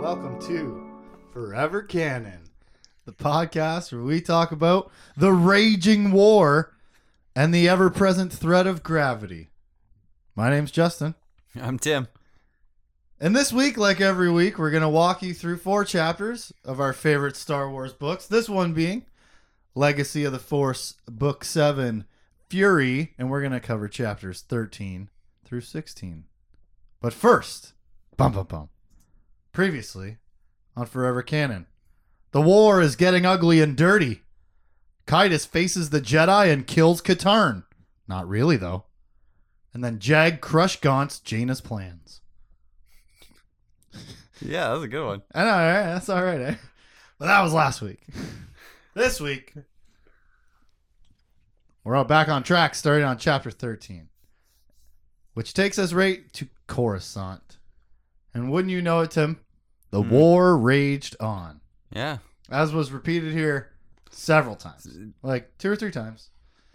welcome to Forever Canon, the podcast where we talk about the raging war and the ever present threat of gravity. My name's Justin. I'm Tim. And this week, like every week, we're going to walk you through four chapters of our favorite Star Wars books. This one being Legacy of the Force, Book 7, Fury. And we're going to cover chapters 13 through 16. But first, bum bum bum. Previously on Forever Canon, the war is getting ugly and dirty. Kitus faces the Jedi and kills Katarn. Not really, though. And then Jag crush Gaunt's Jaina's plans. Yeah, that's a good one. I know, right? That's all right. eh? But that was last week. this week, we're all back on track, starting on chapter 13, which takes us right to Coruscant. And wouldn't you know it, Tim? The Hmm. war raged on, Yeah. as was repeated here several times, like two or three times.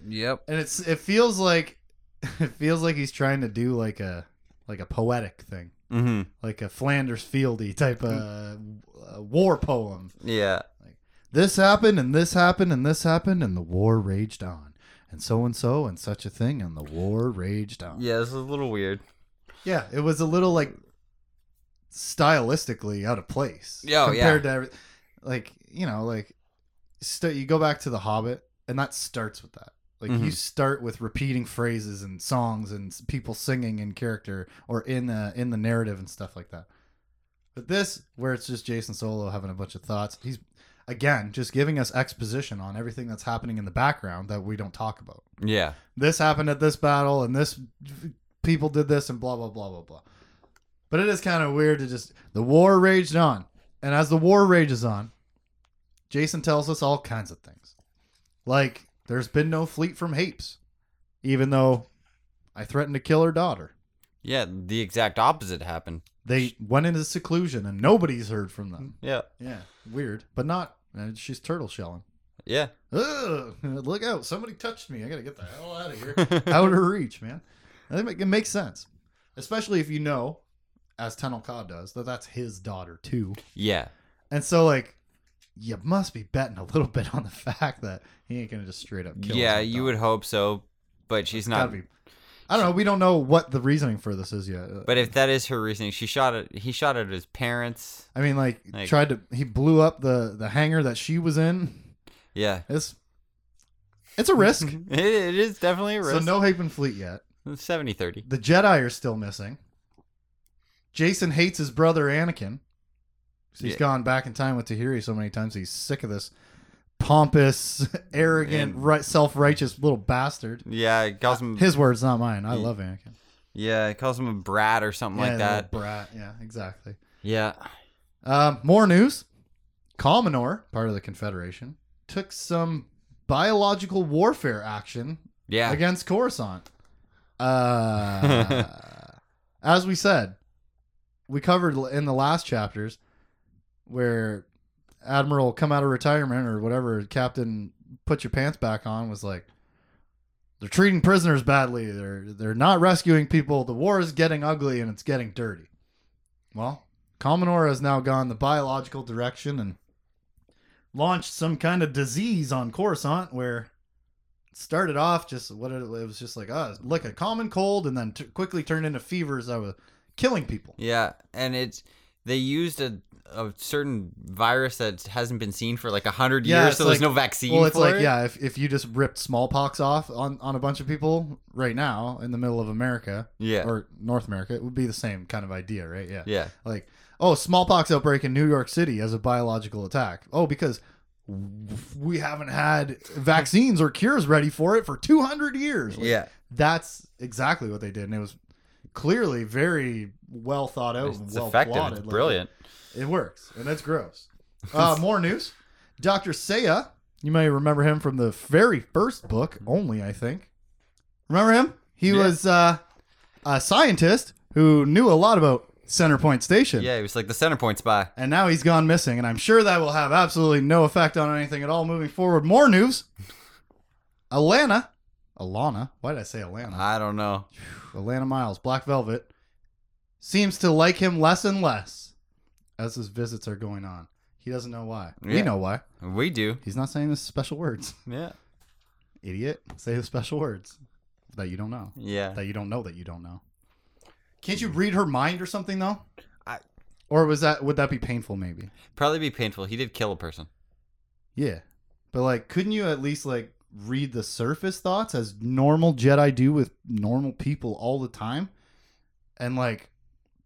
Yep. And it's it feels like it feels like he's trying to do like a like a poetic thing, Mm-hmm. like a Flanders Fieldy type of uh, war poem. Yeah. this happened and this happened and this happened and the war raged on and so and so and such a thing and the war raged on Yeah, this is a little weird. yeah it was a little like stylistically out of place Yeah, oh, yeah. compared to every, like you know like st- you go back to the hobbit and that starts with that like you Mhm. start with repeating phrases and songs and s- people singing in character or in the in the narrative and stuff like that but this where it's just jason solo having a bunch of thoughts he's again just giving us exposition on everything that's happening in the background that we don't talk about Yeah. this happened at this battle and this people did this and blah blah blah blah blah but it is kind of weird to just the war raged on and as the war rages on jason tells us all kinds of things like there's been no fleet from hapes even though i threatened to kill her daughter Yeah, the exact opposite happened. they went into seclusion and nobody's heard from them Yeah. yeah weird but not uh, she's turtle shelling Yeah. Ugh, look out somebody touched me i gotta get the hell out of here out of reach, man. I think it makes sense, especially if you know, as Tenel Ka does, that that's his daughter too. yeah. And so, like, you must be betting a little bit on the fact that he ain't gonna just straight up kill. Yeah, his you daughter. would hope so, but she's Gotta not. be. I don't know. We don't know what the reasoning for this is yet. But if that is her reasoning, she shot at he shot at his parents. I mean, like, Like- tried to he blew up the the hangar that she was in. Yeah. It's it's a risk. it, it is definitely a so risk. no Haven fleet yet. 70 30. The Jedi are still missing. Jason hates his brother Anakin. 'Cause He's Yeah. gone back in time with Tahiri so many times. He's sick of this pompous, arrogant, And- Mm. right, self-righteous little bastard. Yeah, it calls him His words, not mine. I Ye- love Anakin. Yeah, it calls him a brat or something Yeah, Mm. like that. little brat. Yeah, exactly. Yeah. Um, more news. Commodore, part of the Confederation, took some biological warfare action Yeah. against Coruscant. Uh, as we said, we covered l- in the last chapters where Admiral come out of retirement or whatever, Captain put your pants back on was like, they're treating prisoners badly. They're they're not rescuing people. The war is getting ugly and it's getting dirty. Well, Commodore has now gone the biological direction and launched some kind of disease on Coruscant where started off just what it, it was just like uh like a common cold and then t- quickly turned into fevers that was killing people Yeah, and it's they used a a certain virus that hasn't been seen for like a hundred Yeah, years, it's so there's like- no vaccine. well it's E for like it. yeah if, if you just ripped smallpox off on, on a bunch of people right now in the middle of america yeah, or north america it would be the same kind of idea right yeah yeah, like oh smallpox outbreak in new york city as a biological attack oh because we haven't had vaccines or cures ready for it for 200 years Like, yeah. that's exactly what they did, and it was clearly very well thought out. and It's well effective. plotted. It's Like, brilliant. it works, and that's gross. Uh, more news: Doctor Seiya. You may remember him from the very first book, only I think. Remember him? He Yeah. was uh, a scientist who knew a lot about Center Point Station. Yeah, it was like the center point spy. And now he's gone missing, and I'm sure that will have absolutely no effect on anything at all moving forward. More news: Alana, Alana. Why did I say Alana? I don't know. Atlanta Miles, Black Velvet, seems to like him less and less as his visits are going on. He doesn't know why. We Yeah. know why. We do. He's not saying his special words. Yeah. Idiot. Say his special words that you don't know. Yeah. That you don't know that you don't know. Can't you read her mind or something though? I- or was that would that be painful maybe? Probably be painful. He did kill a person. Yeah. But like couldn't you at least like read the surface thoughts as normal Jedi do with normal people all the time and like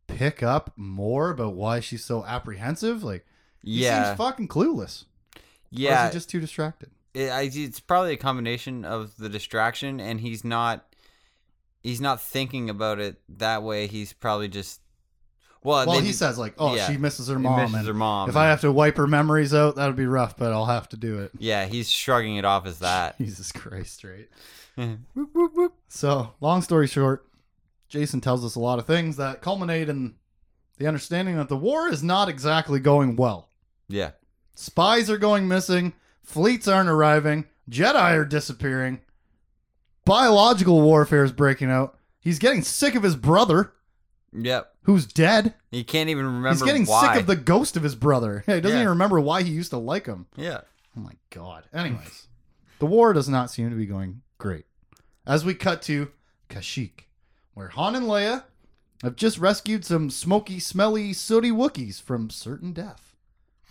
pick up more about why she's so apprehensive? Like he Yeah. seems fucking clueless. Or yeah. is he just too distracted? it, I, it's probably a combination of the distraction and he's not he's not thinking about it that way he's probably just well, Well, they he did- says like, "Oh, Uh, yeah. she misses her he mom, misses and her mom if I have to wipe her memories out, that'd be rough, but I'll have to do it." yeah he's shrugging it off as that Jesus Christ, right? Whoop, whoop, whoop. So, long story short, Jason tells us a lot of things that culminate in the understanding that the war is not exactly going well. yeah Spies are going missing, fleets aren't arriving, Jedi are disappearing, biological warfare is breaking out. He's getting sick of his brother, yep who's dead. he can't even remember He's getting why. sick of the ghost of his brother. He doesn't Yeah. even remember why he used to like him. yeah Oh my god. Anyways, the war does not seem to be going great. As we cut to Kashyyyk, where Han and Leia have just rescued some smoky, smelly, sooty Wookiees from certain death.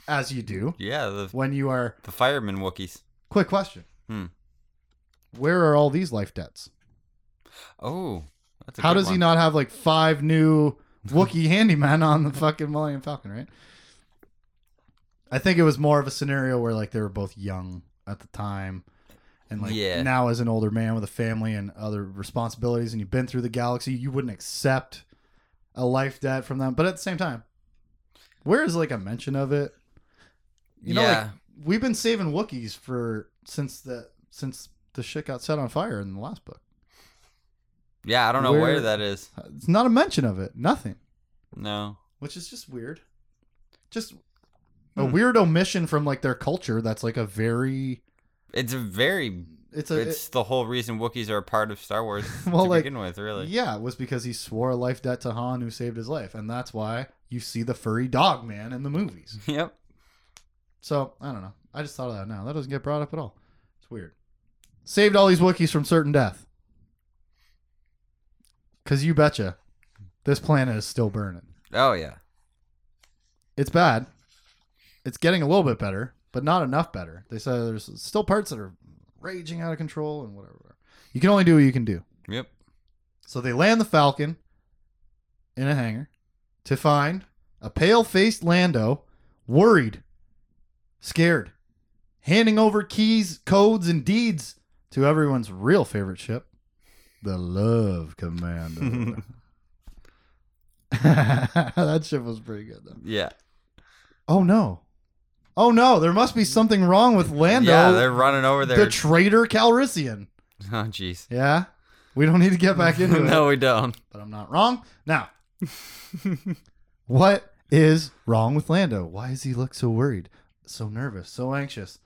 As you do yeah the, when you are. the fireman wookiees Quick question. Hmm. Where are all these life debts? oh that's a How good does he one. not have like five new Wookiee handyman on the fucking Millennium Falcon, right? I think it was more of a scenario where like they were both young at the time. And like Yeah. now as an older man with a family and other responsibilities and you've been through the galaxy, you wouldn't accept a life debt from them. But at the same time, where is like a mention of it? You know, yeah like, we've been saving Wookiees for since the since the shit got set on fire in the last book. yeah i don't know where, where- that is It's not a mention of it. Nothing. no which is just weird. Just a Hmm. weird omission from like their culture. That's like a very it's a very it's a it's the whole reason wookiees are a part of star wars Well, to like- begin with really yeah. It was because he swore a life debt to Han, who saved his life, and that's why you see the furry dog man in the movies. yep So I don't know. I just thought of that now. That doesn't get brought up at all. It's weird. Saved all these Wookiees from certain death. Cause you betcha, this planet is still burning. oh yeah it's bad. It's getting a little bit better, but not enough better. They said there's still parts that are raging out of control and whatever. You can only do what you can do. yep So they land the Falcon in a hangar to find a pale faced Lando, worried, scared, handing over keys, codes, and deeds to everyone's real favorite ship, the Love Commando. that ship was pretty good, though. yeah Oh no. Oh no, there must be something wrong with Lando. Yeah, they're running over the there. traitor Calrissian. oh, jeez. Yeah. We don't need to get back into it, no, we don't. but I'm not wrong. Now, what is wrong with Lando? Why does he look so worried, so nervous, so anxious?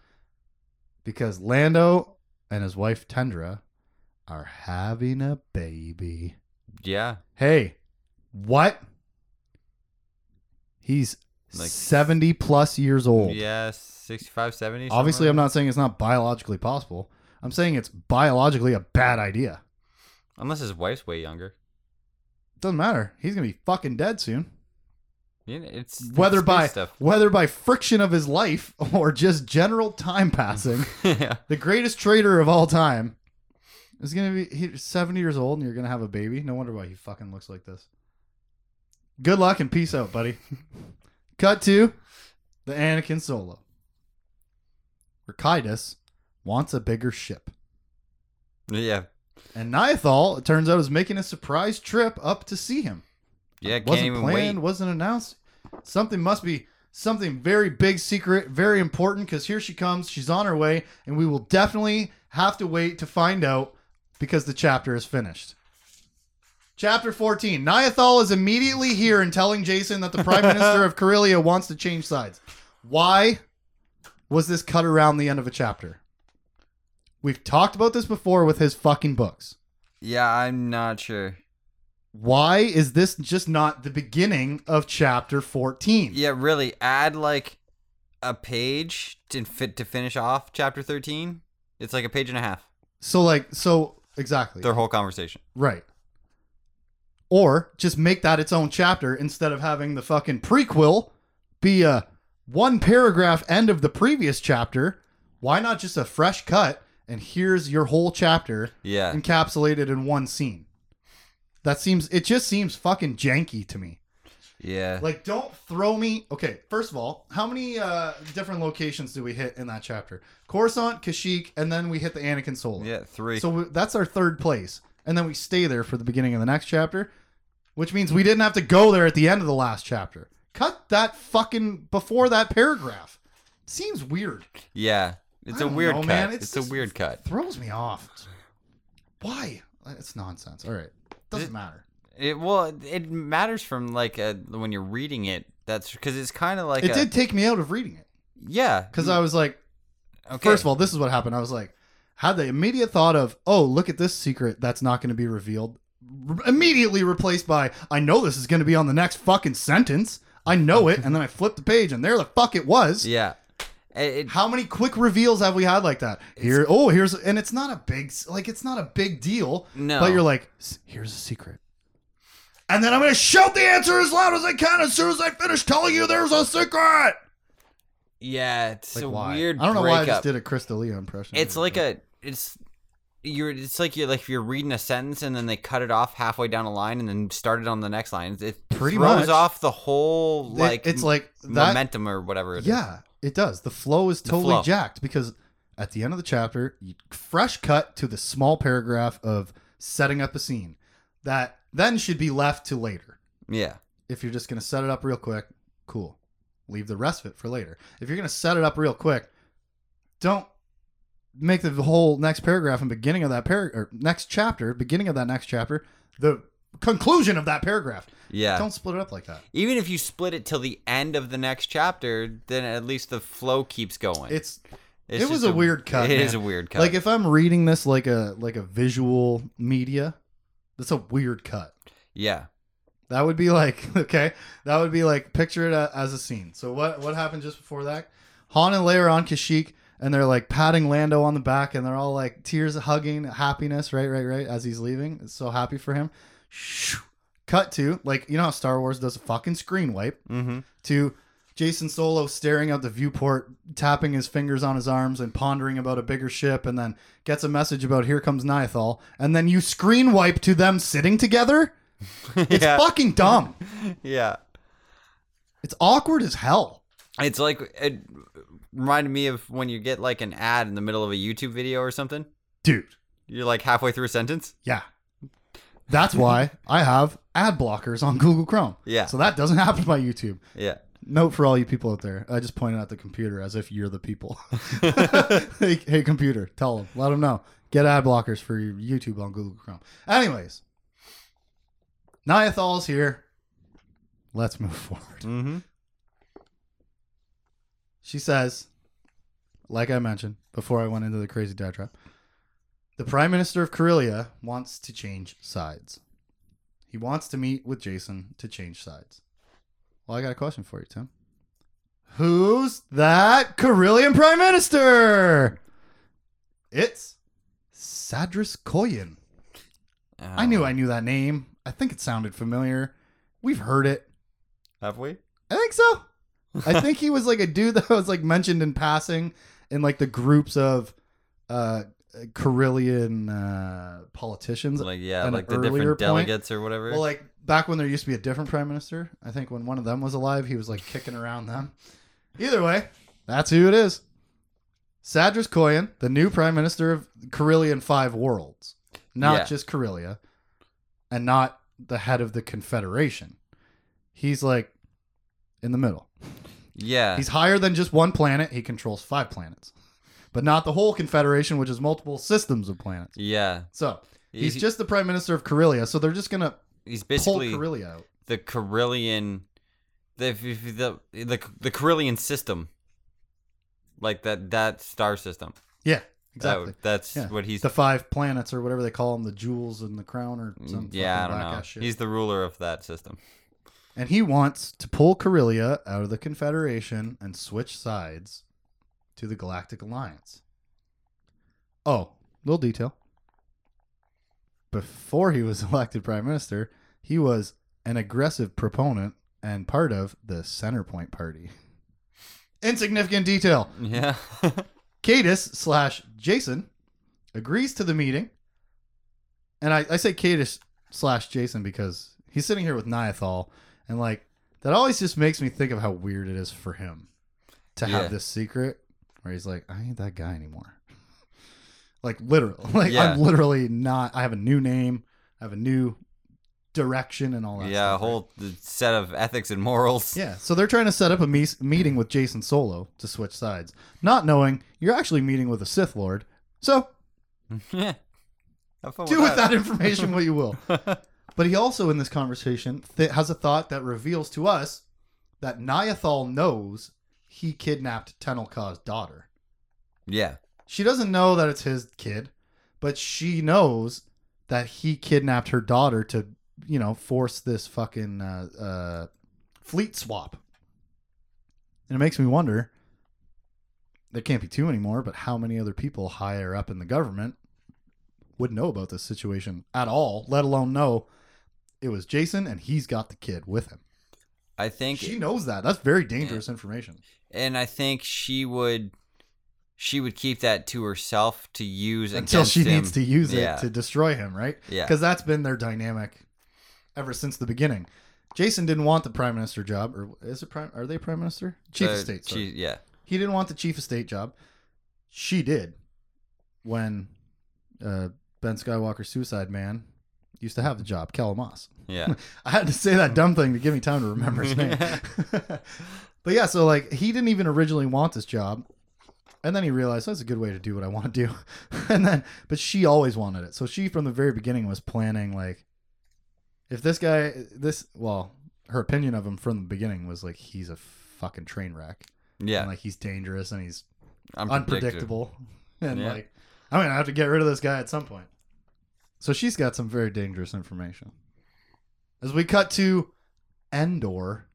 Because Lando and his wife Tendra are having a baby. Yeah, Hey, what? He's Like- 70 plus years old. yeah, 65, 70. somewhere Obviously, I'm there. not saying it's not biologically possible. I'm saying it's biologically a bad idea. Unless his wife's way younger. Doesn't matter. He's gonna be fucking dead soon. You know, it's it's Whether space by stuff. whether by friction of his life or just general time passing, yeah, the greatest traitor of all time is gonna be he's 70 years old, and you're gonna have a baby. No wonder why he fucking looks like this. Good luck and peace out, buddy. Cut to the Anakin Solo, where Kaidus wants a bigger ship. yeah, And Niathal, it turns out, is making a surprise trip up to see him. yeah. Can't wasn't even planned, wait. wasn't announced. Something must be something very big, secret, very important, because here she comes. She's on her way, and we will definitely have to wait to find out because the chapter is finished. Chapter 14. Niathal is immediately here and telling Jason that the Prime Minister of Corellia wants to change sides. Why was this cut around the end of a chapter? We've talked about this before with his fucking books. Yeah, I'm not sure. why is this just not the beginning of chapter 14? Yeah, really. Add like a page to fit to finish off chapter thirteen. It's like a page and a half. So like so exactly. Their whole conversation. right. Or just make that its own chapter instead of having the fucking prequel be a one paragraph end of the previous chapter. Why not just a fresh cut and here's your whole chapter Yeah. encapsulated in one scene? That seems it just seems fucking janky to me. Yeah. Like, don't throw me. Okay, first of all, how many uh, different locations do we hit in that chapter? Coruscant, Kashyyyk, and then we hit the Anakin Solo. Yeah. Three. So we, that's our third place, and then we stay there for the beginning of the next chapter, which means we didn't have to go there at the end of the last chapter. Cut that fucking before that paragraph. Seems weird. yeah. It's I a don't weird know, cut. man. It's It's, just- a weird cut. Throws me off. Why? It's nonsense. All right, doesn't It- matter. It well, it matters from like a, when you're reading it. That's because it's kind of like It a, Hmm. did take me out of reading it Yeah. because I was like, okay. First of all, this is what happened. I was like, had the immediate thought of, oh, look at this secret that's not going to be revealed, r- immediately replaced by, I know this is going to be on the next fucking sentence. I know it. And then I flipped the page and there the fuck it was. Yeah. It, it- How many quick reveals have we had like that? Here, oh, here's, and it's not a big, s- like, it's not a big deal. no. But you're like, "S- here's a secret. And then I'm going to shout the answer as loud as I can as soon as I finish telling you there's a secret. Yeah. It's Like, a why? weird. I don't know why I breakup. just did a Chris D'Elia impression. It's like a it's you're it's like you're like if you're reading a sentence and then they cut it off halfway down a line and then started on the next line. It Pretty throws much. off the whole It- like it's like that momentum or whatever. it is. Yeah, it does. The flow is The totally flow. jacked because at the end of the chapter, you fresh cut to the small paragraph of setting up a scene that then should be left to later. yeah, If you're just going to set it up real quick, cool. Leave the rest of it for later. If you're going to set it up real quick, don't make the whole next paragraph and beginning of that paragraph or next chapter, beginning of that next chapter, the conclusion of that paragraph. yeah. Don't split it up like that. Even if you split it till the end of the next chapter, then at least the flow keeps going. It's It's it was just a weird cut, It is man. a weird cut. Like if I'm reading this like a like a visual media, that's a weird cut. yeah, That would be like okay, that would be like picture it a- as a scene. So what what happened just before that? Han and Leia are on Kashyyyk and they're like patting Lando on the back and they're all like tears hugging happiness, right, right, right, as he's leaving. It's so happy for him. Shoo. Cut to like you know how Star Wars does a fucking screen wipe mm-hmm. to Jason Solo staring out the viewport, tapping his fingers on his arms and pondering about a bigger ship, and then gets a message about here comes Nithal, and then you screen wipe to them sitting together. It's yeah, fucking dumb. yeah. It's awkward as hell. It's like it reminded me of when you get like an ad in the middle of a YouTube video or something. Dude, You're like halfway through a sentence. yeah. That's why I have ad blockers on Google Chrome. Yeah. So that doesn't happen by YouTube. Yeah. Note for all you people out there. I just pointed at the computer as if you're the people. hey, hey, computer, tell them, let them know. Get ad blockers for your YouTube on Google Chrome. Anyways, Niathal's here. Let's move forward. Mm-hmm. She says, like I mentioned before I went into the crazy dad trap, the Prime Minister of Karelia wants to change sides. He wants to meet with Jason to change sides. Well, I got a question for you, Tim. Who's that Karelian Prime Minister? It's Sadris Koyan. I knew Ah. I knew that name. I think it sounded familiar. We've heard it. Have we? I think so. I think he was like a dude that was like mentioned in passing in like the groups of uh Carillion uh politicians. Like yeah, an like the earlier different point. delegates or whatever. well, like back when there used to be a different prime minister, I think when one of them was alive, he was like kicking around them. Either way, that's who it is. Sadras Koyan, the new prime minister of Carillion Five Worlds, not Yeah. just Carillia, and not the head of the Confederation. He's like in the middle. yeah, He's higher than just one planet. He controls five planets, but not the whole Confederation, which is multiple systems of planets. yeah. So he's He- just the prime minister of Karelia. So they're just gonna he's pull basically Karelia out. the Carillion, the the the the Carillion system, like that that star system. Yeah, That exactly. would- that's Yeah. what Oh, he's. the five planets or whatever they call them, the jewels and the crown or something. Mm, yeah, I don't know. Ass shit. He's the ruler of that system. and he wants to pull Corellia out of the Confederation and switch sides to the Galactic Alliance. Oh, little detail. Before he was elected prime minister, he was an aggressive proponent and part of the Centerpoint Party. Insignificant detail. Yeah. Cadus slash Jason agrees to the meeting. And I, I say Cadus slash Jason because he's sitting here with Niathal. And like, that always just makes me think of how weird it is for him to Yeah. have this secret where he's like, I ain't that guy anymore. like, literally. Like, Yeah. I'm literally not. I have a new name, I have a new direction and all that yeah, a stuff, right? whole set of ethics and morals. Yeah, so they're trying to set up a me- meeting with Jason Solo to switch sides, not knowing you're actually meeting with a Sith Lord. So Yeah. Have fun do with that information what you will. But he also, in this conversation, th- has a thought that reveals to us that Niathal knows he kidnapped Tenelka's daughter. yeah. She doesn't know that it's his kid, but she knows that he kidnapped her daughter to, you know, force this fucking uh, uh, fleet swap. And it makes me wonder there can't be two anymore, but how many other people higher up in the government would know about this situation at all, let alone know it was Jason and he's got the kid with him. I think She knows that. That's very dangerous information. and I think she would she would keep that to herself to use Until against she him. needs to use it Yeah. to destroy him, right? Yeah. because that's been their dynamic ever since the beginning. Jason didn't want the prime minister job, or is it prime? Are they prime minister? Chief of Uh, state. sorry. she- yeah. He didn't want the chief of state job. She did when uh, Ben Skywalker, Suicide Man, used to have the job. Cal Moss. Yeah. I had to say that dumb thing to give me time to remember his name. but yeah, so like he didn't even originally want this job. And then he realized that's a good way to do what I want to do. and then but she always wanted it. So she from the very beginning was planning like if this guy this well, her opinion of him from the beginning was like he's a fucking train wreck. Yeah. And like he's dangerous and he's Unpredictable. unpredictable. And Yeah. like, I'm gonna have to get rid of this guy at some point. So she's got some very dangerous information. As we cut to Endor,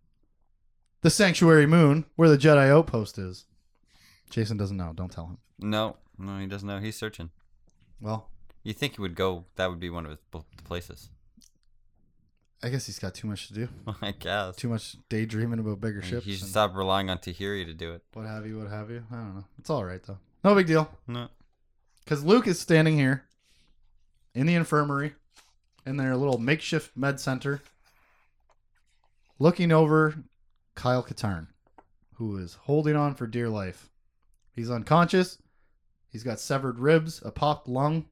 the sanctuary moon where the Jedi outpost is. Jason doesn't know. Don't tell him. No. No, he doesn't know. He's searching. Well, You think he would go? That would be one of his pl- places. I guess he's got too much to do. I guess. Too much daydreaming about bigger ships. He should and stop relying on Tahiri to do it. what have you? What have you? I don't know. It's all right though. No big deal. No. Because Luke is standing here in the infirmary in their little makeshift med center, looking over Kyle Katarn, who is holding on for dear life. He's unconscious. He's got severed ribs, a popped lung,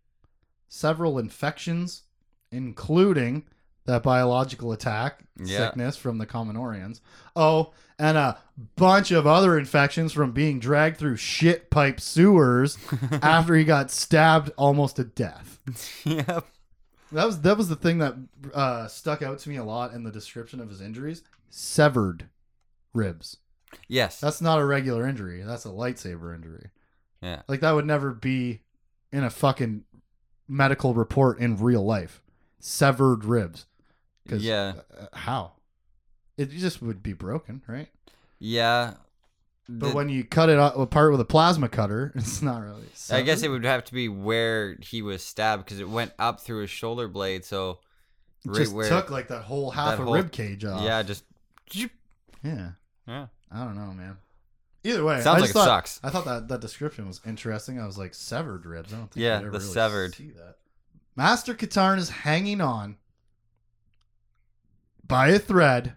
several infections, including that biological attack Yeah. sickness from the Commodorians. Oh, and a bunch of other infections from being dragged through shit pipe sewers after he got stabbed almost to death. yep. That was that was the thing that uh, stuck out to me a lot in the description of his injuries: severed ribs. Yes. That's not a regular injury. That's a lightsaber injury. Yeah. like that would never be in a fucking medical report in real life. Severed ribs. 'Cause, yeah. uh, how? It just would be broken, right? Yeah. But The- when you cut it a- apart with a plasma cutter, it's not really. I guess it severed. would have to be where he was stabbed because it went up through his shoulder blade. So It right just where, took like that whole half that a whole- rib cage off. yeah, just yeah. yeah. I don't know, man. Either way, I Sounds like just it thought, sucks. I thought that that description was interesting. I was like severed ribs. I don't think Yeah, I'd ever the really severed. See that. Master Katarn is hanging on by a thread.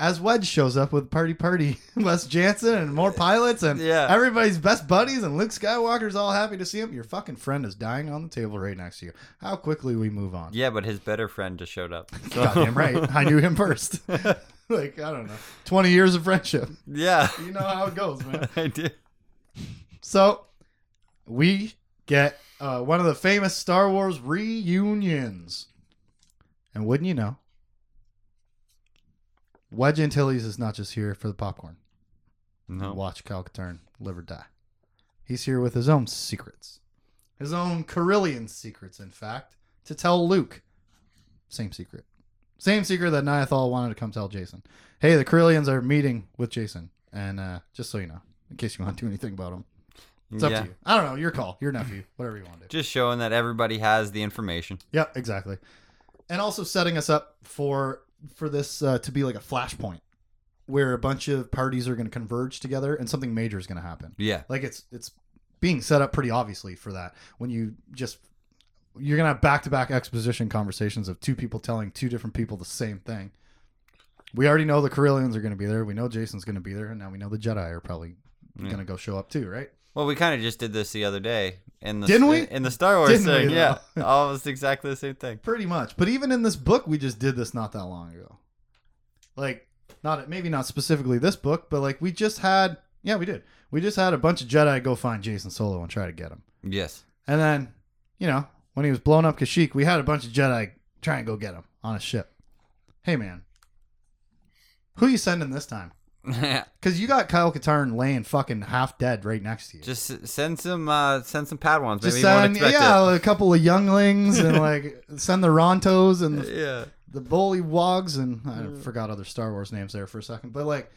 As Wedge shows up with party party, Wes Jansen and more pilots and Yeah. everybody's best buddies and Luke Skywalker's all happy to see him. Your fucking friend is dying on the table right next to you. How quickly we move on. Yeah, but his better friend just showed up. So- Goddamn right. I knew him first. like I don't know, twenty years of friendship. yeah, You know how it goes, man. I did. So we get uh, one of the famous Star Wars reunions. And wouldn't you know, Wedge Antilles is not just here for the popcorn. No. Watch Cal Katarn live or die. He's here with his own secrets, his own Carillion secrets, in fact, to tell Luke. Same secret. Same secret that Niathal wanted to come tell Jason. Hey, the Carillions are meeting with Jason. And uh, just so you know, in case you want to do anything about them, it's up yeah. to you. I don't know. Your call, your nephew, whatever you want to do. Just showing that everybody has the information. Yeah, exactly. And also setting us up for for this uh, to be like a flashpoint where a bunch of parties are going to converge together and something major is going to happen. Yeah. Like it's it's being set up pretty obviously for that when you just you're going to have back-to-back exposition conversations of two people telling two different people the same thing. We already know the Carillions are going to be there. We know Jason's going to be there, and now we know the Jedi are probably Yeah. going to go show up too, right? Well, we kind of just did this the other day in the Didn't we? in the Star Wars Didn't thing. we, yeah, almost exactly the same thing. Pretty much. But even in this book, we just did this not that long ago. Like, not maybe not specifically this book, but like we just had yeah, we did. We just had a bunch of Jedi go find Jason Solo and try to get him. Yes. And then, you know, when he was blown up Kashyyyk, we had a bunch of Jedi try and go get him on a ship. Hey man. Who you sending this time? Because you got Kyle Katarn laying fucking half dead right next to you. just s- send some uh, send some Padawans. Maybe Just you won't send, expect yeah, a couple of younglings and like send the Rontos and the it. Yeah. the Wogs and I forgot other Star Wars names there for a second, but like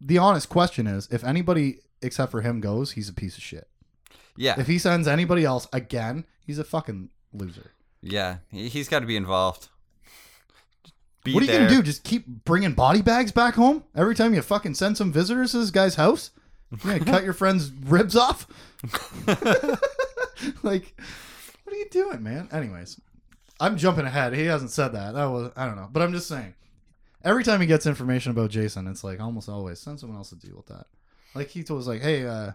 the honest question is if anybody except for him goes, he's a piece of shit. Yeah. If he sends anybody else again, he's a fucking loser. Yeah. He- He's got to be involved. Be what are you there. gonna do? Just keep bringing body bags back home every time you fucking send some visitors to this guy's house? You're gonna cut your friend's ribs off? like, what are you doing, man? Anyways, I'm jumping ahead. He hasn't said that. That was I don't know, but I'm just saying. Every time he gets information about Jason, it's like almost always send someone else to deal with that. Like he was like, "Hey, uh,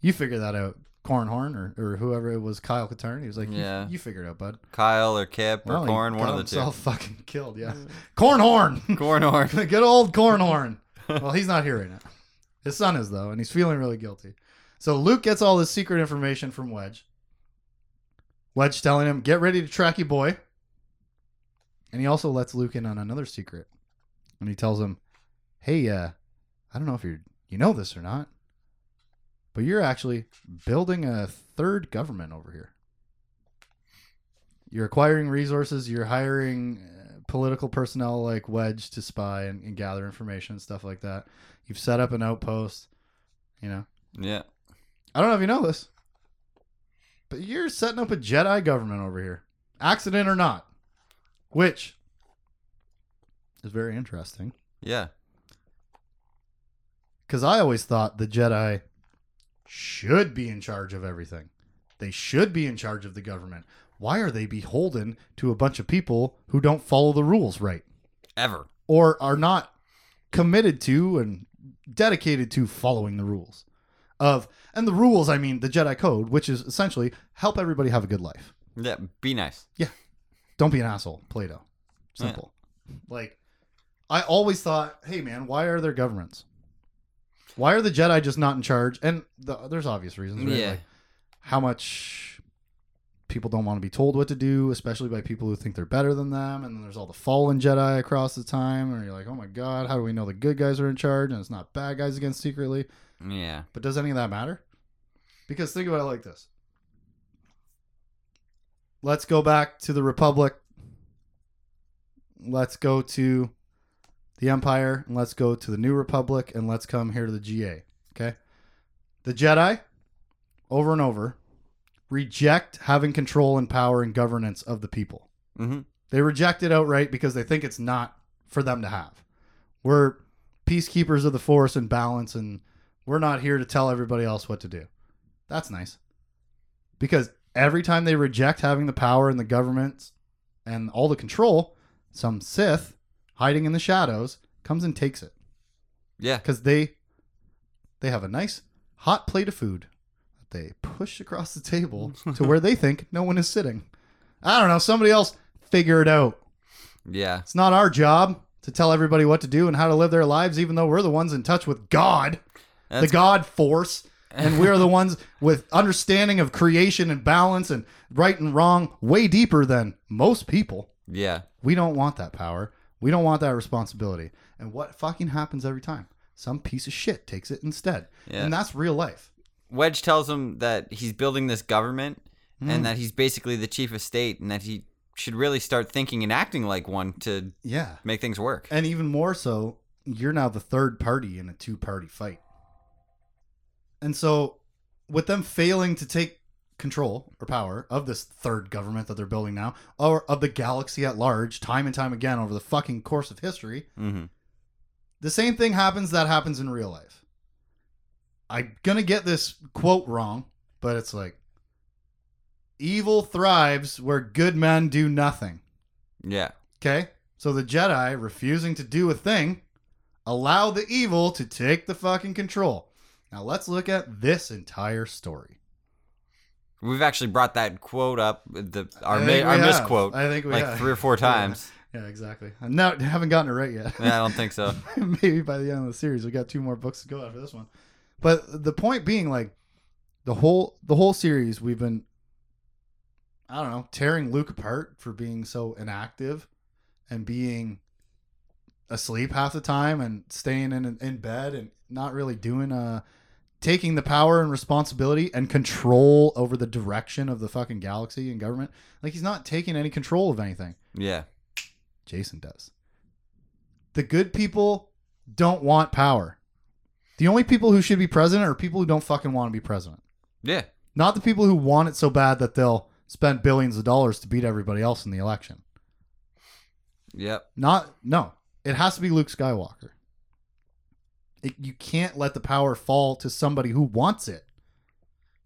you figure that out, Cornhorn or, or whoever it was, Kyle Katarn." He was like, Yeah. you, you figure it out, bud." Kyle or Kip or he Corn, one got of the himself fucking killed. Yeah, Cornhorn. two. Cornhorn. Good old Cornhorn. Well, he's not here right now. His son is though, and he's feeling really guilty. So Luke gets all this secret information from Wedge. Wedge telling him, "Get ready to track you, boy." And he also lets Luke in on another secret, and he tells him, "Hey, uh, I don't know if you you know this or not, but you're actually building a third government over here. You're acquiring resources. You're hiring uh, political personnel like Wedge to spy and, and gather information and stuff like that. You've set up an outpost. You know, yeah. I don't know if you know this, but you're setting up a Jedi government over here, accident or not, which is very interesting. Yeah. Because I always thought the Jedi should be in charge of everything. They should be in charge of the government. Why are they beholden to a bunch of people who don't follow the rules right Ever. or are not committed to and dedicated to following the rules? Of and the rules, I mean the Jedi Code, which is essentially help everybody have a good life. Yeah. Be nice. Don't be an asshole, Plato. Simple. Like, I always thought, hey man, why are there governments? Why are the Jedi just not in charge? And the, there's obvious reasons, right? Yeah. Like how much people don't want to be told what to do, especially by people who think they're better than them. And then there's all the fallen Jedi across the time, and you're like, oh my god, how do we know the good guys are in charge and it's not bad guys against secretly? Yeah. But does any of that matter? Because think about it like this. Let's go back to the Republic. Let's go to the Empire. And let's go to the New Republic. And let's come here to the GA. Okay. The Jedi, over and over, reject having control and power and governance of the people. Mm-hmm. They reject it outright because they think it's not for them to have. We're peacekeepers of the force and balance, and we're not here to tell everybody else what to do. That's nice. Because every time they reject having the power and the government and all the control, some Sith hiding in the shadows comes and takes it Yeah. because they they have a nice hot plate of food that they push across the table to where they think no one is sitting. I don't know. Somebody else figure it out. Yeah. It's not our job to tell everybody what to do and how to live their lives, even though we're the ones in touch with God, That's- the God force, and we're the ones with understanding of creation and balance and right and wrong way deeper than most people. Yeah. We don't want that power. We don't want that responsibility. And what fucking happens every time? Some piece of shit takes it instead. Yeah. And that's real life. Wedge tells him that he's building this government Mm. and that he's basically the chief of state and that he should really start thinking and acting like one to yeah, make things work. and even more so, you're now the third party in a two party fight. And so, with them failing to take control or power of this third government that they're building now, or of the galaxy at large, time and time again over the fucking course of history, hmm the same thing happens that happens in real life. I'm going to get this quote wrong, but it's like evil thrives where good men do nothing. Yeah. Okay? So the Jedi refusing to do a thing allow the evil to take the fucking control. Now let's look at this entire story. We've actually brought that quote up, the our, I mi- think our we have. misquote, I think we like have. three or four times. Yeah, exactly. No, haven't gotten it right yet. Yeah, I don't think so. maybe by the end of the series we got two more books to go after this one but the point being like the whole the whole series we've been i don't know tearing luke apart for being so inactive and being asleep half the time and staying in in bed and not really doing uh taking the power and responsibility and control over the direction of the fucking galaxy and government like he's not taking any control of anything Yeah. Jason does. The good people don't want power. The only people who should be president are people who don't fucking want to be president. Yeah. Not the people who want it so bad that they'll spend billions of dollars to beat everybody else in the election. Yep. Not no. It has to be Luke Skywalker. It, you can't let the power fall to somebody who wants it.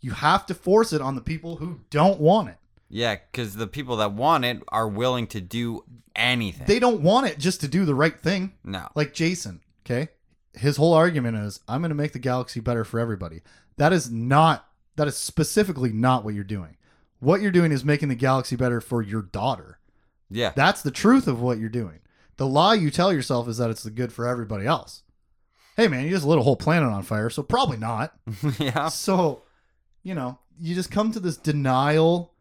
You have to force it on the people who don't want it. Yeah, because the people that want it are willing to do anything. They don't want it just to do the right thing. no. like Jason, okay? His whole argument is I'm going to make the galaxy better for everybody. That is not that is specifically not what you're doing. What you're doing is making the galaxy better for your daughter. Yeah. That's the truth of what you're doing. The lie you tell yourself is that it's the good for everybody else. Hey man, you just lit a whole planet on fire, so probably not. yeah. So, you know, you just come to this denial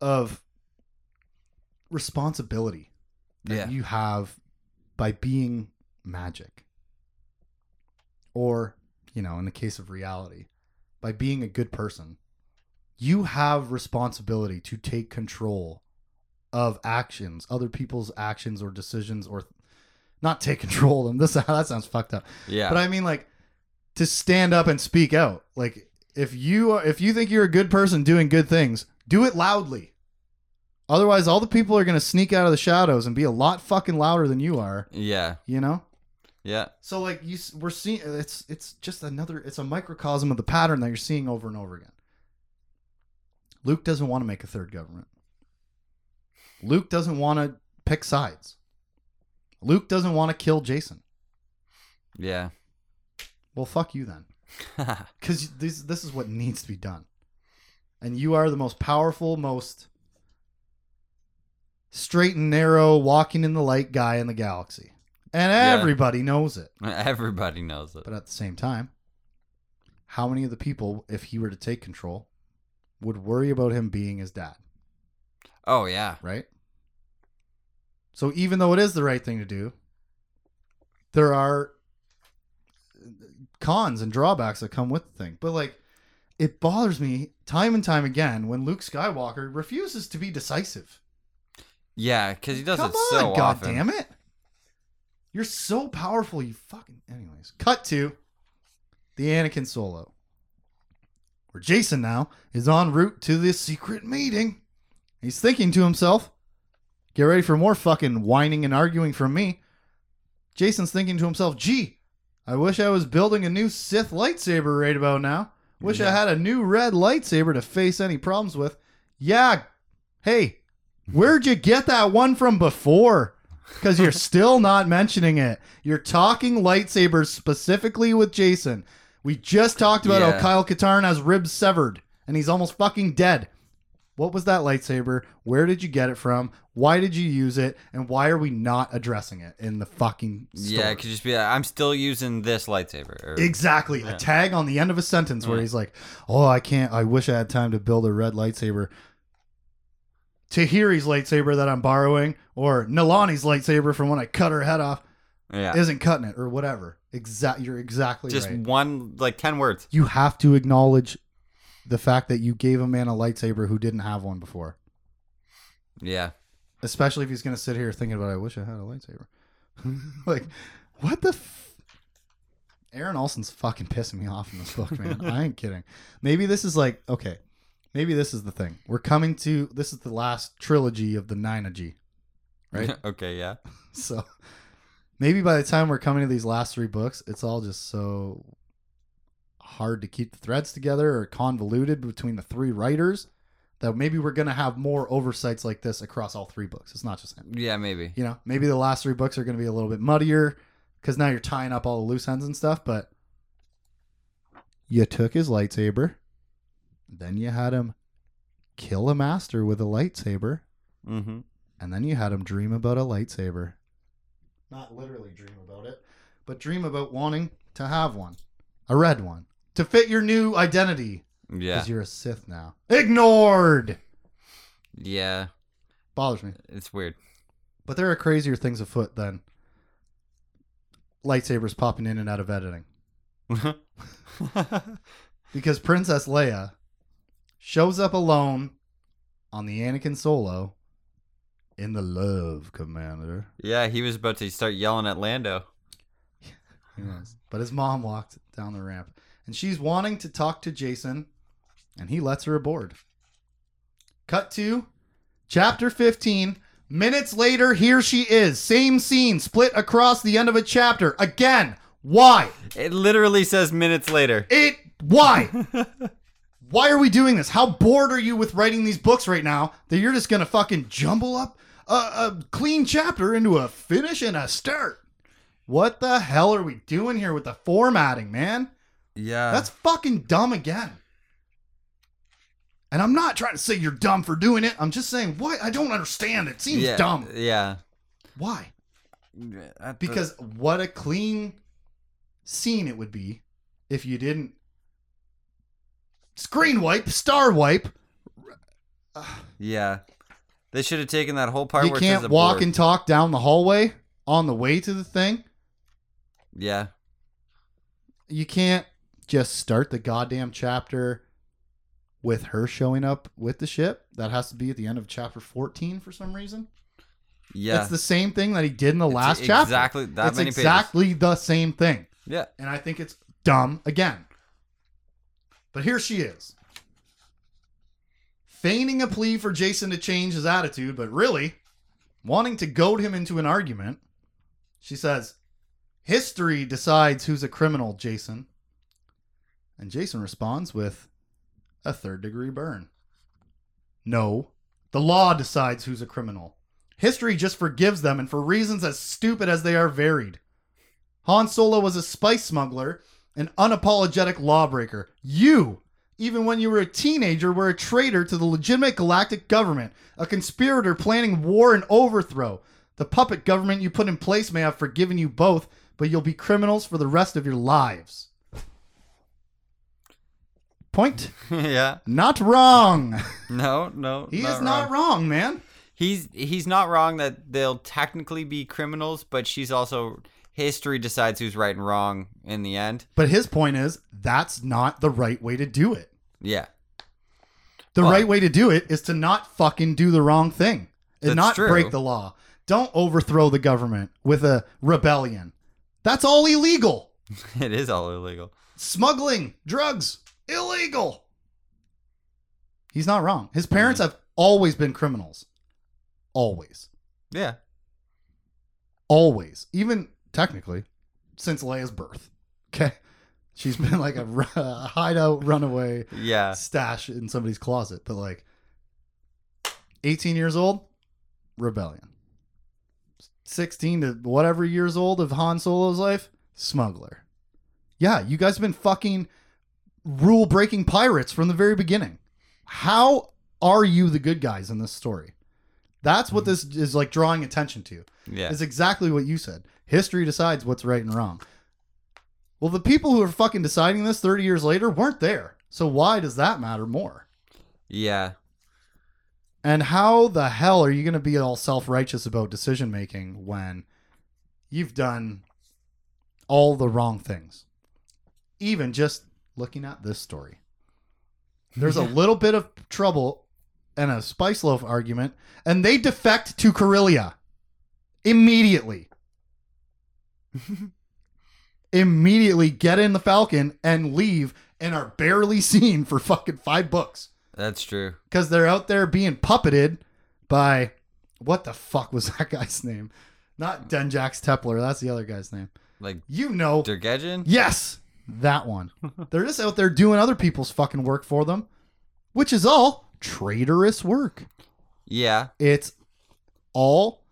of responsibility that Yeah. you have by being magic. Or, you know, in the case of reality, by being a good person, you have responsibility to take control of actions, other people's actions or decisions, or not take control of them. This that sounds fucked up. Yeah. But I mean, like, to stand up and speak out. Like, if you are, if you think you're a good person doing good things, do it loudly. Otherwise, all the people are gonna sneak out of the shadows and be a lot fucking louder than you are. yeah. You know. Yeah. So like you, s- we're seeing it's it's just another it's a microcosm of the pattern that you're seeing over and over again. Luke doesn't want to make a third government. Luke doesn't want to pick sides. Luke doesn't want to kill Jason. Yeah. Well, fuck you then. because this this is what needs to be done, and you are the most powerful, most straight and narrow, walking in the light guy in the galaxy, and Yeah. everybody knows it. Everybody knows it. But at the same time, how many of the people, if he were to take control, would worry about him being his dad, Oh, yeah. right? So even though it is the right thing to do, there are cons and drawbacks that come with the thing. But like, it bothers me time and time again when Luke Skywalker refuses to be decisive. Yeah, because he does Come it so on, often. goddamn it! You're so powerful, you fucking. Anyways, cut to the Anakin Solo, where Jason now is en route to this secret meeting. He's thinking to himself, "Get ready for more fucking whining and arguing from me." Jason's thinking to himself, "Gee, I wish I was building a new Sith lightsaber right about now. Wish I Yeah. had a new red lightsaber to face any problems with." Yeah, hey, Where'd you get that one from before? Because you're still not mentioning it. You're talking lightsabers specifically with Jason. We just talked about how Yeah. Kyle Katarn has ribs severed and he's almost fucking dead. What was that lightsaber? Where did you get it from? Why did you use it? And why are we not addressing it in the fucking story? Yeah, it could just be like, I'm still using this lightsaber. Or, Exactly. Yeah. Mm. A tag on the end of a sentence where he's like, Oh, I can't, I wish I had time to build a red lightsaber. Tahiri's lightsaber that I'm borrowing, or Nalani's lightsaber from when I cut her head off, yeah. isn't cutting it, or whatever. Exact. You're exactly Just right. one, like ten words. You have to acknowledge the fact that you gave a man a lightsaber who didn't have one before. Yeah. especially if he's going to sit here thinking about I wish I had a lightsaber. like, what the? F- Aaron Olsen's fucking pissing me off in this book, man. I ain't kidding. Maybe this is like okay. Maybe this is the thing. We're coming to this is the last trilogy of the Ninagy. Right? okay. Yeah. So maybe by the time we're coming to these last three books, it's all just so hard to keep the threads together or convoluted between the three writers that maybe we're going to have more oversights like this across all three books. It's not just him Yeah. Maybe. you know, maybe the last three books are going to be a little bit muddier because now you're tying up all the loose ends and stuff. But you took his lightsaber, then you had him kill a master with a lightsaber, Mm-hmm. and then you had him dream about a lightsaber. Not literally dream about it, but dream about wanting to have one, a red one, to fit your new identity Yeah. because you're a Sith now. Ignored Yeah. bothers me. It's weird. But there are crazier things afoot than lightsabers popping in and out of editing. Because Princess Leia shows up alone on the Anakin Solo in the Love Commander. yeah. He was about to start yelling at Lando. Yes. But his mom walked down the ramp and she's wanting to talk to Jason and he lets her aboard. Cut to chapter 15. Minutes later, here she is. Same scene split across the end of a chapter. Again, why? It literally says minutes later. It why? why are we doing this? How bored are you with writing these books right now that you're just gonna fucking jumble up a, a clean chapter into a finish and a start? What the hell are we doing here with the formatting, man? Yeah. That's fucking dumb again. And I'm not trying to say you're dumb for doing it. I'm just saying why I don't understand. It seems yeah, dumb. Yeah. Why? That- Because what a clean scene it would be if you didn't screen wipe, star wipe. yeah. They should have taken that whole part you where it can't says walk abort. and talk down the hallway on the way to the thing. Yeah. You can't just start the goddamn chapter with her showing up with the ship. That has to be at the end of chapter 14 for some reason. Yeah. It's the same thing that he did in the It's last chapter. Exactly that it's many exactly the same thing. pages. Yeah. and I think it's dumb again. But here she is. Feigning a plea for Jason to change his attitude, but really wanting to goad him into an argument. She says, History decides who's a criminal, Jason. And Jason responds with a third degree burn. No, the law decides who's a criminal. History just forgives them, and for reasons as stupid as they are varied. Han Solo was a spice smuggler, an unapologetic lawbreaker. You, even when you were a teenager, were a traitor to the legitimate galactic government, a conspirator planning war and overthrow. The puppet government you put in place may have forgiven you both, but you'll be criminals for the rest of your lives. Point yeah. not wrong. No, no. He is not wrong, man. He's he's not wrong that they'll technically be criminals, but she's also history decides who's right and wrong in the end. But his point is that's not the right way to do it. Yeah. The Well- right way to do it is to not fucking do the wrong thing and That's not true. break the law. Don't overthrow the government with a rebellion. That's all illegal. It is all illegal. Smuggling, drugs, illegal. He's not wrong. Mm-hmm. His parents have always been criminals. Always. Yeah. Always. Even technically, since Leia's birth. Okay. She's been like a ru- a hideout runaway. Yeah. stash in somebody's closet, but like 18 years old, rebellion. 16 to whatever years old of Han Solo's life, smuggler. Yeah, you guys have been fucking rule breaking pirates from the very beginning. How are you the good guys in this story? That's what this is like drawing attention to Yeah. is exactly what you said. History decides what's right and wrong. Well, the people who are fucking deciding this 30 years later weren't there. So why does that matter more? Yeah. And how the hell are you going to be all self righteous about decision making when you've done all the wrong things. Even just looking at this story. There's a little bit of trouble and a spice loaf argument, and they defect to Corellia immediately. immediately get in the Falcon and leave and are barely seen for fucking five books That's true. because they're out there being puppeted by what the fuck was that guy's name? Not Denjax Tepler. That's the other guy's name. Like You know. Durgedgen? Yes, that one. They're just out there doing other people's fucking work for them, which is all traitorous work. Yeah. It's all.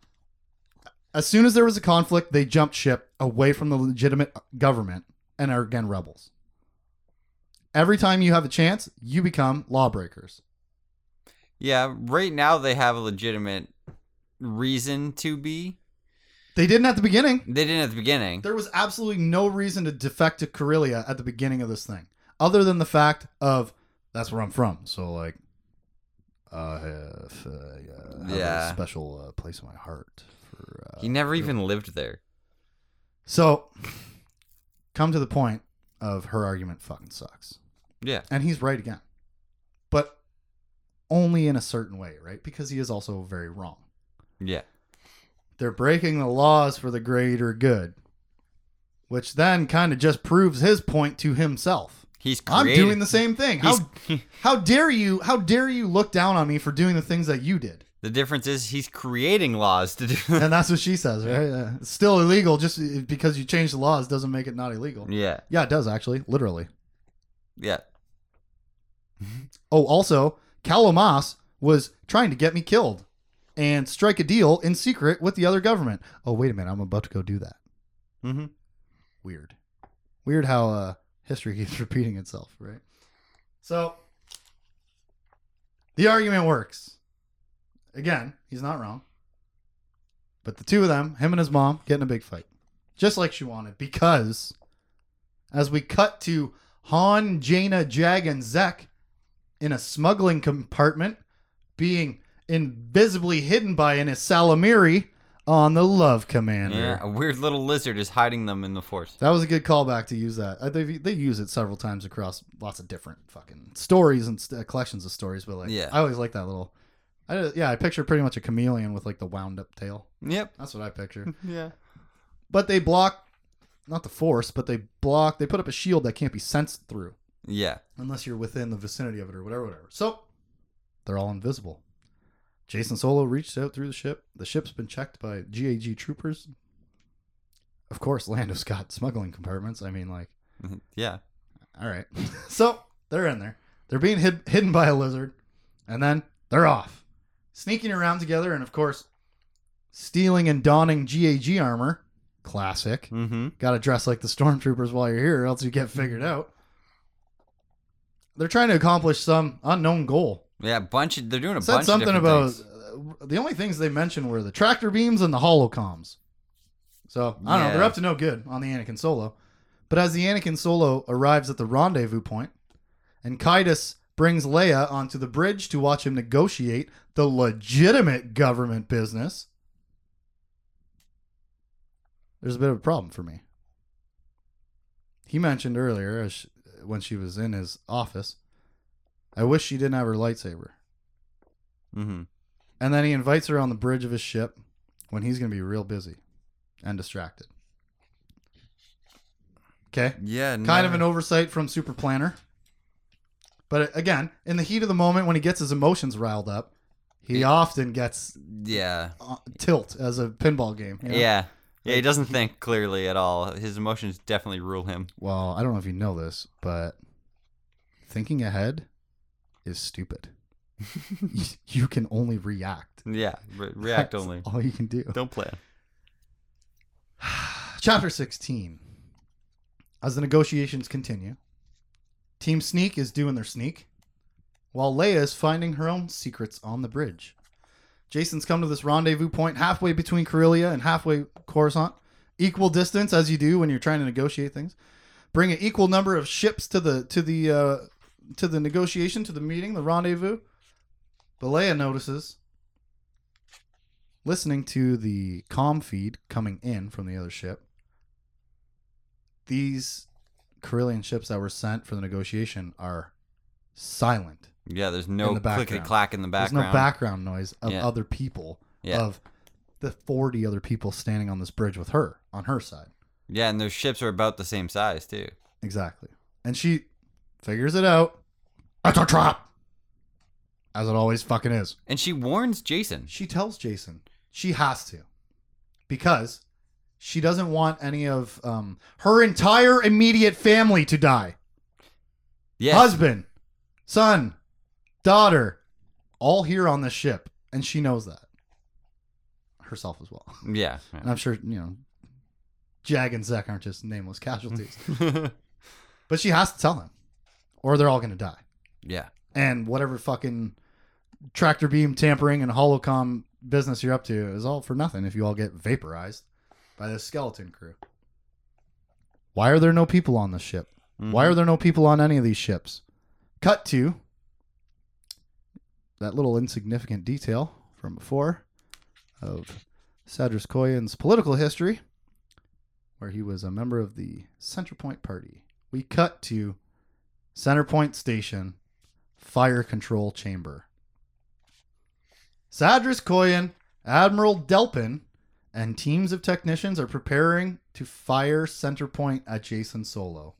As soon as there was a conflict, they jumped ship away from the legitimate government and are again rebels. Every time you have a chance, you become lawbreakers. Yeah. Right now they have a legitimate reason to be. They didn't at the beginning. They didn't at the beginning. There was absolutely no reason to defect to Corellia at the beginning of this thing, other than the fact of that's where I'm from. So like, uh, if, uh, yeah, I have Yeah. a special uh, place in my heart for. Uh, He never even lived there. so, come to the point of her argument fucking sucks, Yeah. and he's right again, but only in a certain way, right? Because he is also very wrong. Yeah. they're breaking the laws for the greater good, which then kind of just proves his point to himself. He's I'm created. doing the same thing. How he's- how dare you? How dare you look down on me for doing the things that you did? the difference is he's creating laws to do. And that's what she says, right? Yeah. It's still illegal. Just uh, because you change the laws doesn't make it not illegal. yeah. Yeah, it does actually, literally. Yeah. Oh, also, Calamas was trying to get me killed and strike a deal in secret with the other government. Oh, wait a minute, I'm about to go do that. Mm-hmm. weird. Weird how uh, history keeps repeating itself, right? So the argument works. Again, he's not wrong. But the two of them, him and his mom, get in a big fight. Just like she wanted, because as we cut to Han, Jaina, Jag, and Zek in a smuggling compartment being invisibly hidden by an Salamiri on the Love Commander. Yeah. A weird little lizard is hiding them in the forest. That was a good callback to use that. I, they they use it several times across lots of different fucking stories and st- uh, collections of stories. But like, Yeah. I always like that little. I, yeah, I picture pretty much a chameleon with like the wound up tail. Yep. That's what I picture. Yeah. but they block, not the force, but they block. They put up a shield that can't be sensed through Yeah. unless you're within the vicinity of it or whatever, whatever. So they're all invisible. Jason Solo reached out through the ship. The ship's been checked by GAG troopers. Of course, Lando's got smuggling compartments. I mean, like. Yeah. All right. so they're in there. They're being hid- hidden by a lizard, and then they're off, sneaking around together, and of course, stealing and donning GAG armor. Classic. Mm-hmm. Got to dress like the stormtroopers while you're here, or else you get figured out. They're trying to accomplish some unknown goal. Yeah. Bunch. Of, they're doing a Said bunch. of something different about things. uh, the only things they mentioned were the tractor beams and the holocomms. So I don't know. Yeah. They're up to no good on the Anakin Solo. But as the Anakin Solo arrives at the rendezvous point, and Kaidus brings Leia onto the bridge to watch him negotiate the legitimate government business, there's a bit of a problem for me. He mentioned earlier as sh- when she was in his office, I wish she didn't have her lightsaber. Mm-hmm. And then he invites her on the bridge of his ship when he's going to be real busy and distracted. Okay. Yeah. Kind of an oversight from Super Planner. But uh, again, in the heat of the moment when he gets his emotions riled up, he often gets Yeah. uh, tilt as a pinball game. you know? Yeah. Yeah, he doesn't think clearly at all. His emotions definitely rule him. Well, I don't know if you know this, but thinking ahead is stupid. you can only react. Yeah, re- react That's only. All you can do. Don't plan. Chapter 16. As the negotiations continue, Team Sneak is doing their sneak, while Leia is finding her own secrets on the bridge. Jason's come to this rendezvous point halfway between Corellia and halfway Coruscant, equal distance as you do when you're trying to negotiate things. Bring an equal number of ships to the to the uh, to the negotiation, to the meeting, the rendezvous. But Leia notices listening to the comm feed coming in from the other ship, these Carillion ships that were sent for the negotiation are silent. Yeah, there's In no the clickety background. clack in the There's background. no background noise of Yeah. other people Yeah. of the 40 other people standing on this bridge with her on her side. Yeah, and their ships are about the same size too. Exactly. And she figures it out. That's a trap. As it always fucking is. And she warns Jason. She tells Jason she has to because she doesn't want any of um, her entire immediate family to die. Yes. Husband, son, daughter, all here on this ship. And she knows that herself as well. yeah. And I'm sure, you know, Jag and Zek aren't just nameless casualties. but she has to tell him or they're all going to die. yeah. And whatever fucking tractor beam tampering and holocom business you're up to is all for nothing if you all get vaporized by this skeleton crew. Why are there no people on this ship? Why are there no people on any of these ships? Cut to that little insignificant detail from before of Sadras Koyan's political history, where he was a member of the Centerpoint Party. We cut to Centerpoint Station, Fire Control Chamber. Sadras Koyan, Admiral Delpin, and teams of technicians are preparing to fire Centerpoint at Jason Solo.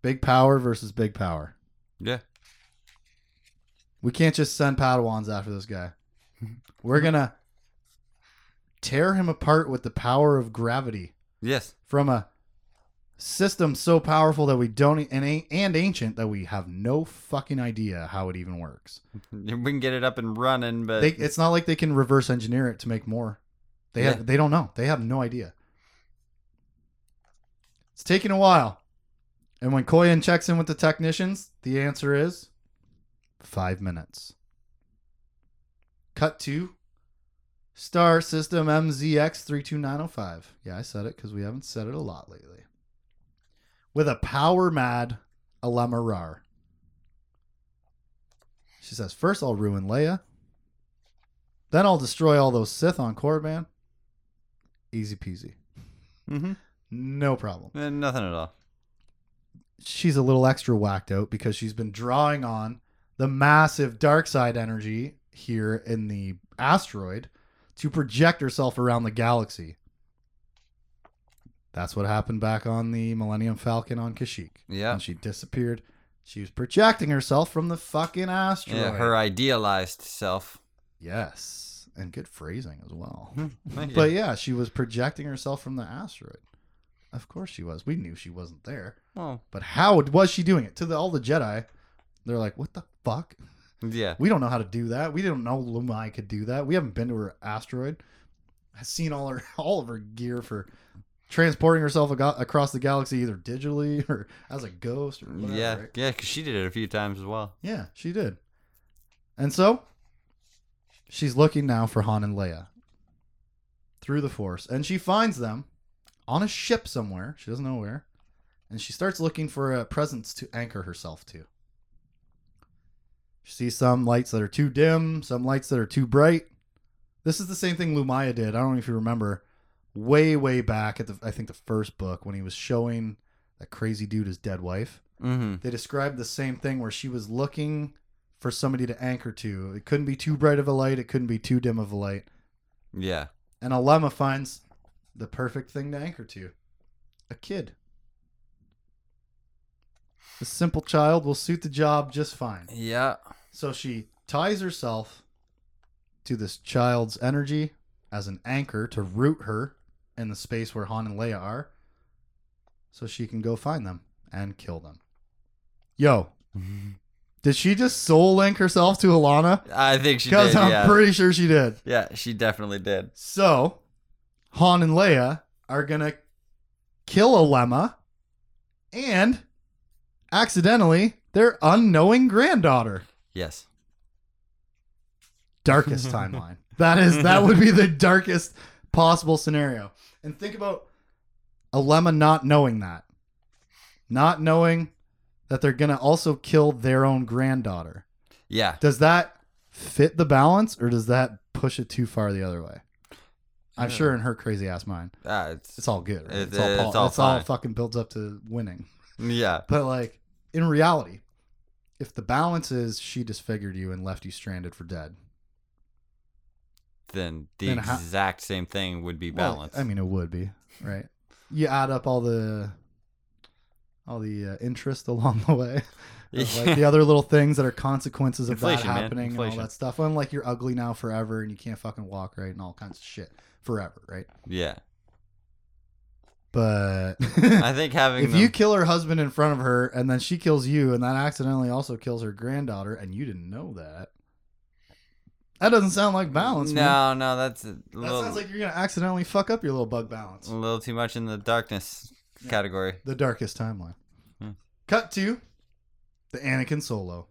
Big power versus big power. Mm-hmm. Yeah. We can't just send Padawans after this guy. We're gonna tear him apart with the power of gravity Yes. from a system so powerful that we don't e-, and a- and ancient that we have no fucking idea how it even works. We can get it up and running, but They, it's not like they can reverse engineer it to make more. They Yeah. have they don't know. They have no idea. It's taking a while. And when Koyan checks in with the technicians, the answer is five minutes. Cut to Star System MZX32905. Yeah, I said it because we haven't said it a lot lately. With a power mad Alemarar. She says, First, I'll ruin Leia. Then I'll destroy all those Sith on Korriban. Easy peasy. Mhm. Mm-hmm. No problem. Eh, nothing at all. She's a little extra whacked out because she's been drawing on the massive dark side energy here in the asteroid to project herself around the galaxy. That's what happened back on the Millennium Falcon on Kashyyyk. Yeah. When she disappeared, she was projecting herself from the fucking asteroid. Yeah, her idealized self. Yes. And good phrasing as well. Thank you. But yeah, she was projecting herself from the asteroid. Of course she was. We knew she wasn't there. well, But how was she doing it? To the, all the Jedi, they're like, what the fuck? yeah. We don't know how to do that. We didn't know Lumai could do that. We haven't been to her asteroid. I've seen all her all of her gear for transporting herself ago- across the galaxy either digitally or as a ghost or whatever. yeah. right? Yeah, cuz she did it a few times as well. Yeah, she did. And so she's looking now for Han and Leia through the Force, and she finds them on a ship somewhere. She doesn't know where. And she starts looking for a presence to anchor herself to. She sees some lights that are too dim, some lights that are too bright. This is the same thing Lumaya did. I don't know if you remember way, way back at the I think the first book when he was showing that crazy dude his dead wife Mhm. they described the same thing where she was looking for somebody to anchor to. It couldn't be too bright of a light, it couldn't be too dim of a light. Yeah. And Alema finds the perfect thing to anchor to a kid. A simple child will suit the job just fine. Yeah. So she ties herself to this child's energy as an anchor to root her in the space where Han and Leia are so she can go find them and kill them. Yo, did she just soul link herself to Alana? I think she Because did. I'm Yeah. pretty sure she did. yeah, she definitely did. So, Han and Leia are gonna kill Alema, and accidentally their unknowing granddaughter. Yes. Darkest timeline. That is that would be the darkest possible scenario. And think about Alema not knowing that, not knowing that they're gonna also kill their own granddaughter. Yeah. Does that fit the balance, or does that push it too far the other way? I'm Yeah. sure in her crazy ass mind, Ah, it's, it's all good. Right? It- it's, all, it's pol- all it's all fine. fucking builds up to winning. yeah, But like in reality, if the balance is she disfigured you and left you stranded for dead, then the Then how- exact same thing would be well, balanced. I mean, it would be right. You add up all the all the uh, interest along the way, of, like the other little things that are consequences of that Inflation, man. happening and all Inflation. that stuff. And like you're ugly now forever, and you can't fucking walk right, and all kinds of shit forever, right? yeah, But I think having if them, you kill her husband in front of her and then she kills you and that accidentally also kills her granddaughter and you didn't know that that doesn't sound like balance no, man. no, that's a that little, sounds like you're gonna accidentally fuck up your little bug balance a little too much in the darkness category. the darkest timeline Hmm. cut to the anakin solo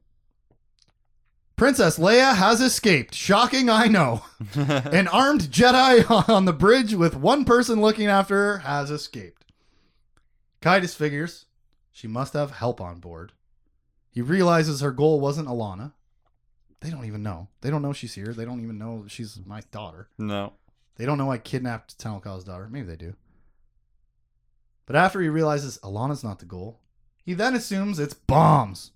princess leia has escaped shocking i know an armed jedi on the bridge with one person looking after her has escaped Kaidus figures she must have help on board. He realizes her goal wasn't Alana. They don't even know. They don't know she's here. They don't even know she's my daughter. no, They don't know I kidnapped Tanaka's daughter. Maybe they do. But after he realizes Alana's not the goal, he then assumes it's bombs.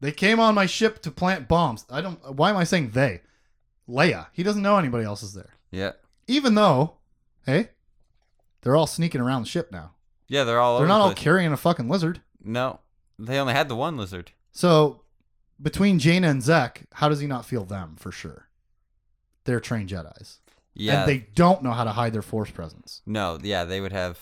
They came on my ship to plant bombs. I don't. Why am I saying they? Leia. He doesn't know anybody else is there. yeah, Even though, hey, they're all sneaking around the ship now. yeah, they're all They're over not the all place. carrying a fucking lizard. no, they only had the one lizard. So between Jaina and Zek, how does he not feel them for sure? They're trained Jedi's. Yeah, And they don't know how to hide their force presence. no, yeah, they would have.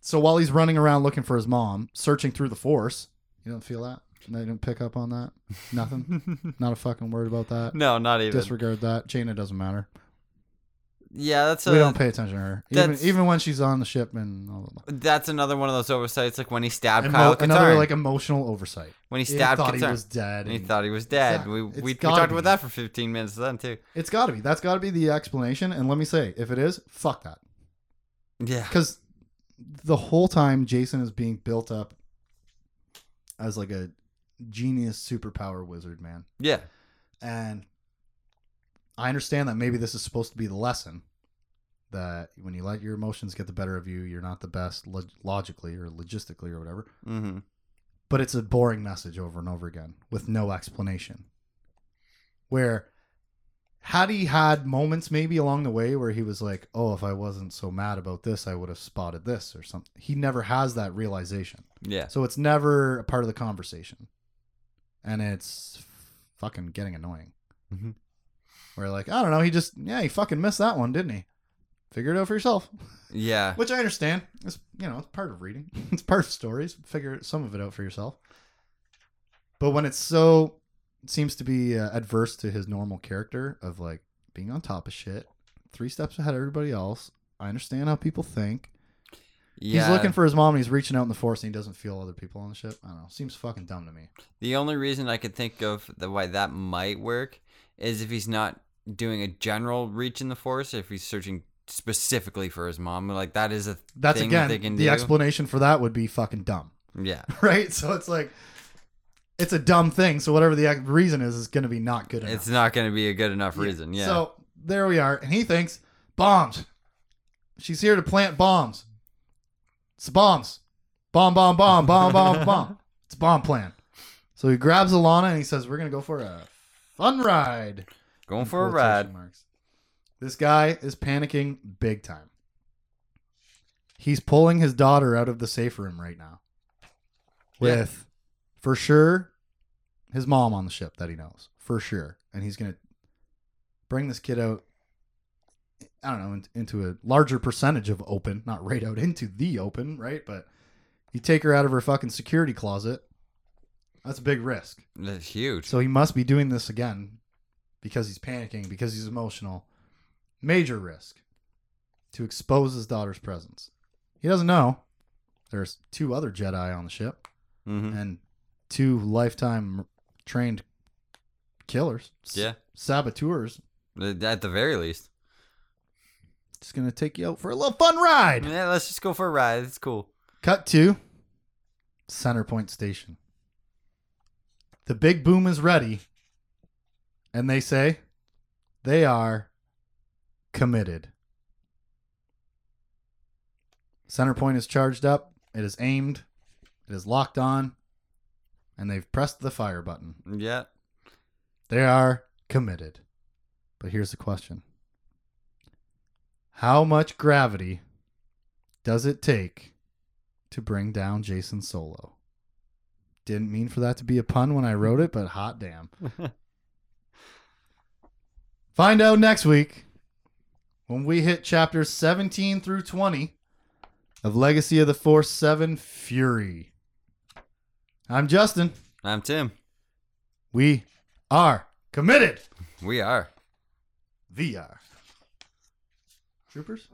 So while he's running around looking for his mom, searching through the force, you don't feel that? No, you didn't pick up on that? Nothing? not a fucking word about that. no, not even. Disregard that. Jaina doesn't matter. yeah, that's a, we don't pay attention to her. Even, that's- even when she's on the ship and all that. That's another one of those oversights, like when he stabbed Emo- Kyle another Katarn. like emotional oversight. when he He stabbed thought Katarn, he was dead. and he and- thought he was dead. Exactly. We It's we, we gotta talked be. about that for 15 minutes then too. it's got to be. That's got to be the explanation. And let me say, if it is, fuck that. Yeah, because the whole time Jason is being built up as like a genius superpower wizard man, yeah, and I understand that maybe this is supposed to be the lesson that when you let your emotions get the better of you, you're not the best log- logically or logistically or whatever. mm-hmm. But it's a boring message over and over again with no explanation. Where had he had moments maybe along the way where he was like, "Oh, if I wasn't so mad about this, I would have spotted this or something." He never has that realization. yeah, So it's never a part of the conversation. And it's fucking getting annoying. Mhm. Where like, I don't know, he just yeah, he fucking missed that one, didn't he? Figure it out for yourself. yeah. Which I understand. It's you know, it's part of reading. It's part of stories. Figure some of it out for yourself. But when it's so it seems to be uh, adverse to his normal character of like being on top of shit, three steps ahead of everybody else. I understand how people think. yeah. He's looking for his mom and he's reaching out in the forest and he doesn't feel other people on the ship. I don't know. Seems fucking dumb to me. The only reason I could think of the why that might work is if he's not doing a general reach in the forest, if he's searching specifically for his mom. Like that is a That's thing again that they can the do. explanation for that would be fucking dumb, yeah, right? So it's like it's a dumb thing. So whatever the ex- reason is, is going to be not good enough. it's not going to be a good enough reason. Yeah, So there we are, and he thinks bombs. She's here to plant bombs. It's bombs, bomb, bomb, bomb, bomb, bomb, bomb. It's a bomb plan. So he grabs Alana and he says, "We're gonna go for a fun ride." going for a Quotation ride. marks. This guy is panicking big time. He's pulling his daughter out of the safe room right now. Yeah. With for sure his mom on the ship that he knows. For sure. And he's going to bring this kid out I don't know in- into a larger percentage of open, not right out into the open, right? But you take her out of her fucking security closet. That's a big risk. That's huge. So he must be doing this again because he's panicking, because he's emotional. Major risk to expose his daughter's presence. He doesn't know there's two other Jedi on the ship hmm and two lifetime trained killers, s- Yeah, saboteurs. at the very least. Just going to take you out for a little fun ride. Yeah, let's just go for a ride. It's cool. Cut to Center Point Station. The big boom is ready, and they say they are committed. Center point is charged up. It is aimed. It is locked on. And they've pressed the fire button. Yeah. They are committed. But here's the question How much gravity does it take to bring down Jason Solo? Didn't mean for that to be a pun when I wrote it, but hot damn. Find out next week when we hit chapters 17 through 20 of Legacy of the Force 7 Fury. I'm Justin. I'm Tim. We are committed. We are. VR. Troopers?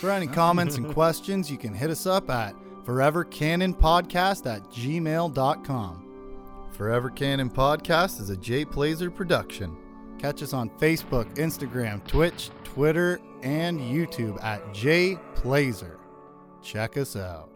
For any comments and questions, you can hit us up at forevercanonpodcast at gmail.com. Forever Cannon Podcast is a Jay Plazer production. Catch us on Facebook, Instagram, Twitch, Twitter, and YouTube at jplazer. Check us out.